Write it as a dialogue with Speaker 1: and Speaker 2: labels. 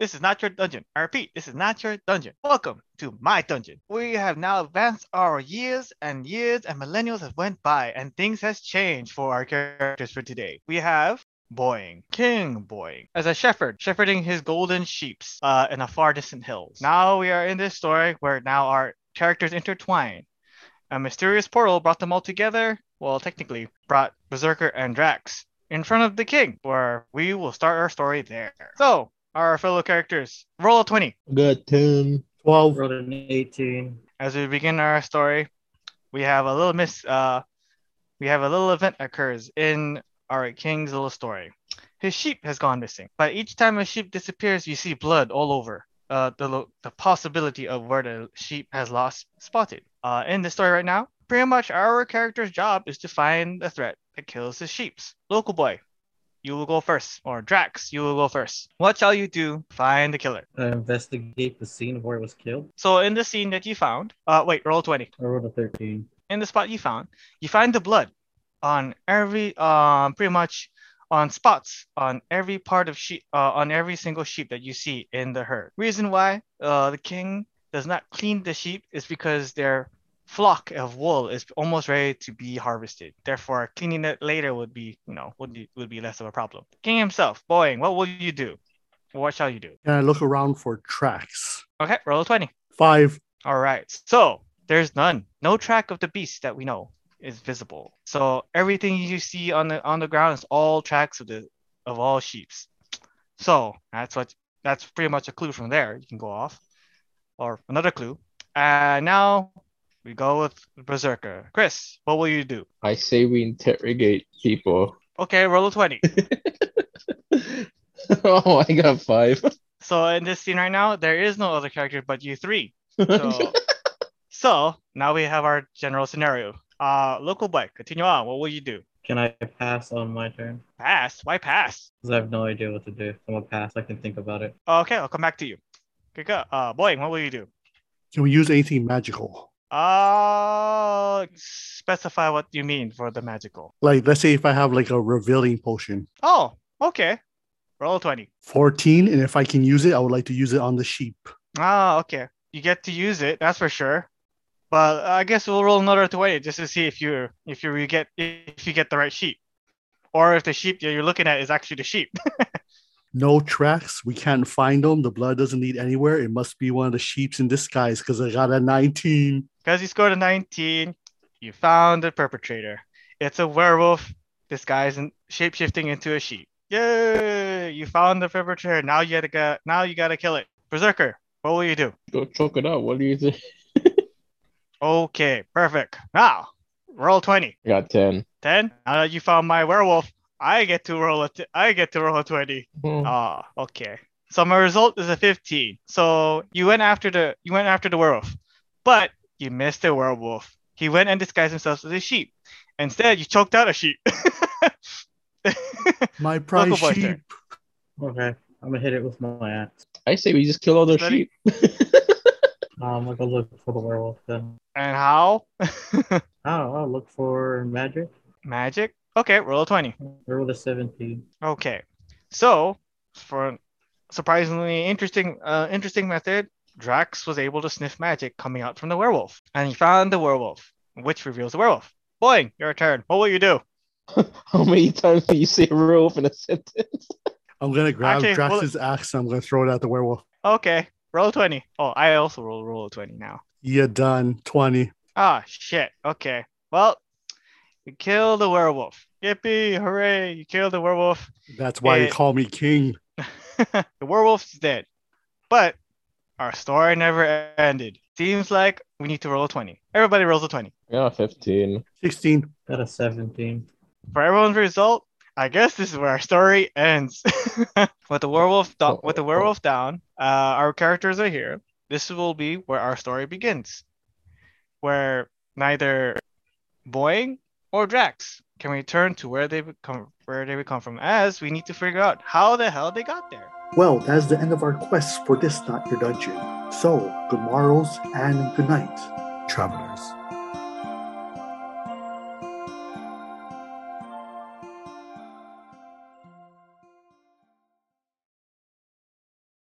Speaker 1: This is not your dungeon. I repeat, this is not your dungeon. Welcome to my dungeon. We have now advanced our years and years and millennials have went by and things has changed for our characters for today. We have Boying, King Boying, as a shepherd, shepherding his golden sheeps uh, in a far distant hills. Now we are in this story where now our characters intertwine. A mysterious portal brought them all together. Well, technically, brought Berserker and Drax in front of the king, where we will start our story there. So, our fellow characters, roll a 20.
Speaker 2: Got 10, 12.
Speaker 3: Rolled an 18.
Speaker 1: As we begin our story, we have a little miss. Uh, we have a little event occurs in our king's little story. His sheep has gone missing, but each time a sheep disappears, you see blood all over. Uh, the lo- the possibility of where the sheep has lost spotted. Uh, in the story right now, pretty much our character's job is to find the threat that kills his sheeps. Local boy, you will go first, or Drax, you will go first. What shall you do? Find the killer.
Speaker 3: I investigate the scene where it was killed.
Speaker 1: So in the scene that you found, uh, wait, roll twenty.
Speaker 3: I rolled a 13.
Speaker 1: in the spot you found, you find the blood on every um pretty much on spots on every part of sheep uh, on every single sheep that you see in the herd. Reason why uh the king does not clean the sheep is because their flock of wool is almost ready to be harvested. Therefore, cleaning it later would be you know would be, would be less of a problem. King himself, Boeing, what will you do? What shall you do?
Speaker 2: Can I look around for tracks?
Speaker 1: Okay, roll a twenty.
Speaker 2: Five.
Speaker 1: All right. So there's none. No track of the beast that we know is visible. So everything you see on the on the ground is all tracks of the of all sheeps. So that's what that's pretty much a clue from there. You can go off, or another clue. And now we go with Berserker. Chris, what will you do?
Speaker 4: I say we interrogate people.
Speaker 1: Okay, roll a twenty.
Speaker 4: oh, I got five.
Speaker 1: so in this scene right now, there is no other character but you three. So, so now we have our general scenario. Uh, local boy, continue on. What will you do?
Speaker 3: Can I pass on my turn?
Speaker 1: Pass? Why pass? Oh,
Speaker 3: Because I have no idea what to do. I'm going to pass. I can think about it.
Speaker 1: Okay, I'll come back to you. Good go. Uh, boy, what will you do?
Speaker 2: Can we use anything magical?
Speaker 1: Uh, specify what you mean for the magical.
Speaker 2: Like, let's say if I have like a revealing potion,
Speaker 1: Oh, okay. Roll a 20.
Speaker 2: 14, and if I can use it, I would like to use it on the sheep.
Speaker 1: Ah, okay. You get to use it, that's for sure. But I guess we'll roll another 20 just to see if you if you re- get if you get the right sheep. Or if the sheep that you're looking at is actually the sheep.
Speaker 2: No tracks. We can't find them. The blood doesn't lead anywhere. It must be one of the sheeps in disguise because I got a 19.
Speaker 1: Because you scored a 19, you found the perpetrator. It's a werewolf disguised and shapeshifting into a sheep. Yay! You found the perpetrator. Now you gotta go, now you gotta kill it. Berserker, what will you do?
Speaker 4: Go choke it out. What do you think?
Speaker 1: Okay, perfect. Now roll 20.
Speaker 4: I got ten.
Speaker 1: 10. Now that you found my werewolf, I get to roll a t- I get to roll a 20.
Speaker 4: Hmm.
Speaker 1: Ah, okay. So my result is a 15. So you went after the you went after the werewolf, but you missed the werewolf. He went and disguised himself as a sheep. Instead, you choked out a sheep.
Speaker 2: My prize
Speaker 1: boy, sir.
Speaker 2: sheep.
Speaker 3: Okay. I'm going to hit it with my axe.
Speaker 4: I say we just kill all the
Speaker 1: Ready?
Speaker 4: sheep.
Speaker 3: Um, I'll go look for the werewolf then.
Speaker 1: and how?
Speaker 3: Oh, I'll look for magic.
Speaker 1: Magic? Okay, roll a 20.
Speaker 3: I rolled a 17.
Speaker 1: Okay. So, for a surprisingly interesting uh, interesting method, Drax was able to sniff magic coming out from the werewolf. And he found the werewolf, which reveals the werewolf. Boy, your turn. What will you do?
Speaker 4: How many times do you say werewolf in a sentence?
Speaker 2: I'm going to grab
Speaker 1: Actually, hold
Speaker 2: Drax's axe and I'm going to throw it at the werewolf.
Speaker 1: Okay, roll 20. Oh, I also roll roll a 20 now.
Speaker 2: Yeah, done. 20.
Speaker 1: Ah, shit. Okay. Well, you kill the werewolf. Yippee, hooray, you killed the werewolf.
Speaker 2: That's why
Speaker 1: Eh.
Speaker 2: you call me king.
Speaker 1: the werewolf's dead. But our story never ended. Seems like we need to roll a 20. Everybody rolls a 20.
Speaker 4: Yeah, fifteen.
Speaker 2: 16.
Speaker 3: Got a 17.
Speaker 1: For everyone's result, I guess this is where our story ends. with the werewolf do- with the werewolf down, uh, our characters are here. This will be where our story begins. Where neither Boeing or Drax can return to where they become where they come from as we need to figure out how the hell they got there.
Speaker 2: Well, that is the end of our quest for this Not Your Dungeon. So, good morrows and good night, travelers.